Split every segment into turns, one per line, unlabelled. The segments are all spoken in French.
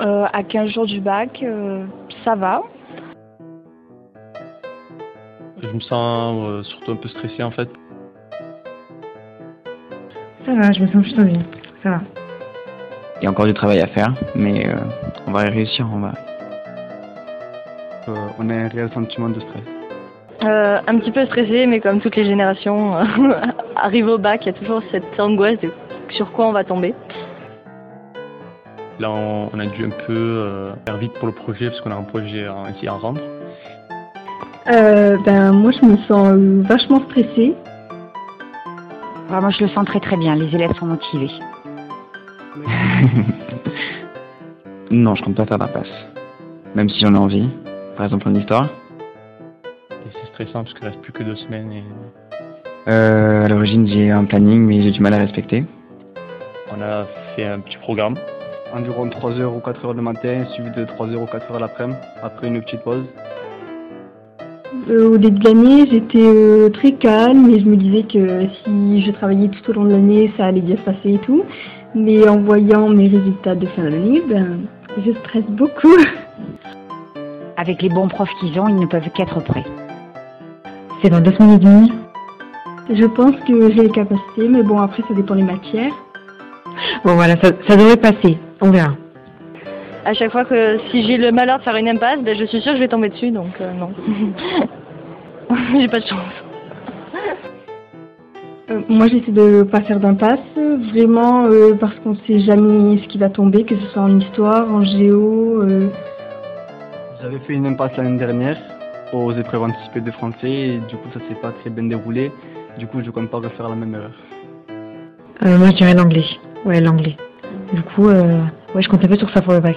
Euh, à 15 jours du bac, euh, ça va.
Je me sens euh, surtout un peu stressé en fait.
Ça va, je me sens plutôt bien. Ça va.
Il y a encore du travail à faire, mais euh, on va y réussir, on va.
Euh, on a un réel sentiment de stress.
Euh, un petit peu stressée, mais comme toutes les générations, euh, arrive au bac, il y a toujours cette angoisse de sur quoi on va tomber.
Là, on, on a dû un peu euh, faire vite pour le projet parce qu'on a un projet à, ici à rendre.
Euh, ben moi je me sens euh, vachement stressée.
Ah, moi, je le sens très très bien. Les élèves sont motivés.
non, je compte pas faire d'impasse. Même si on a envie. Par exemple en histoire.
Et c'est stressant parce qu'il reste plus que deux semaines et
Euh, à l'origine j'ai un planning mais j'ai du mal à respecter.
on a fait un petit programme.
Environ 3 heures ou 4 heures le matin, suivi de 3 heures ou 4 heures l'après-midi, après une petite pause.
Euh, au début de l'année j'étais euh, très calme et je me disais que si je travaillais tout au long de l'année ça allait bien se passer et tout. Mais en voyant mes résultats de fin d'année, ben, je stresse beaucoup.
Avec les bons profs qu'ils ont, ils ne peuvent qu'être prêts.
C'est dans deux semaines et demie.
Je pense que j'ai les capacités, mais bon après ça dépend des matières.
Bon voilà, ça, ça devrait passer. On verra.
À chaque fois que si j'ai le malheur de faire une impasse, ben, je suis sûre que je vais tomber dessus, donc euh, non. j'ai pas de chance.
Euh, moi j'essaie de pas faire d'impasse, vraiment euh, parce qu'on sait jamais ce qui va tomber, que ce soit en histoire, en géo. euh,
J'avais fait une impasse l'année dernière aux épreuves anticipées de français et du coup ça s'est pas très bien déroulé. Du coup je compte pas refaire la même erreur.
Euh, moi je dirais l'anglais. Ouais, l'anglais. Du coup, euh, ouais, je compte un peu sur ça pour le bac.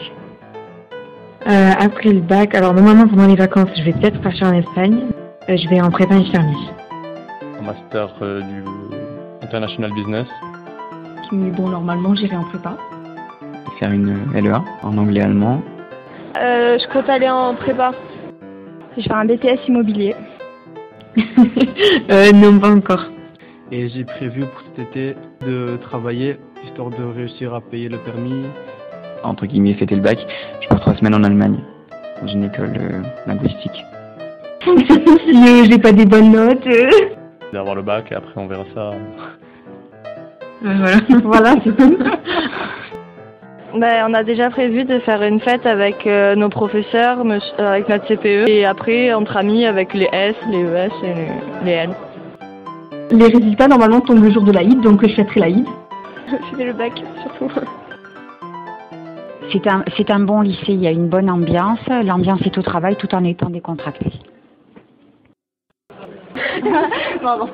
Euh, après le bac, alors normalement pendant les vacances, je vais peut-être partir en Espagne. Euh, je vais en prépa infirmier.
Un master euh, du International Business.
Mais bon, normalement, j'irai en prépa.
Faire une euh, LEA en anglais allemand.
Euh, je compte aller en prépa.
Je vais faire un BTS immobilier.
euh, non, pas encore.
Et j'ai prévu pour cet été de travailler histoire de réussir à payer le permis.
Entre guillemets fêter le bac. Je pars trois semaines en Allemagne. Dans une école euh, linguistique.
si euh, j'ai pas des bonnes notes. euh,
D'avoir le bac et après on verra ça. euh,
Ouais, Euh, voilà.
voilà, c'est tout.
Ben, on a déjà prévu de faire une fête avec euh, nos professeurs, monsieur- euh, avec notre CPE, et après entre amis avec les S, les ES et les, les N.
Les résultats normalement tombent le jour de l'Aïd, donc je fêterai l'Aïd.
Fini le bac, surtout.
C'est un, c'est un bon lycée, il y a une bonne ambiance. L'ambiance est au travail tout en étant décontractée.
Pardon.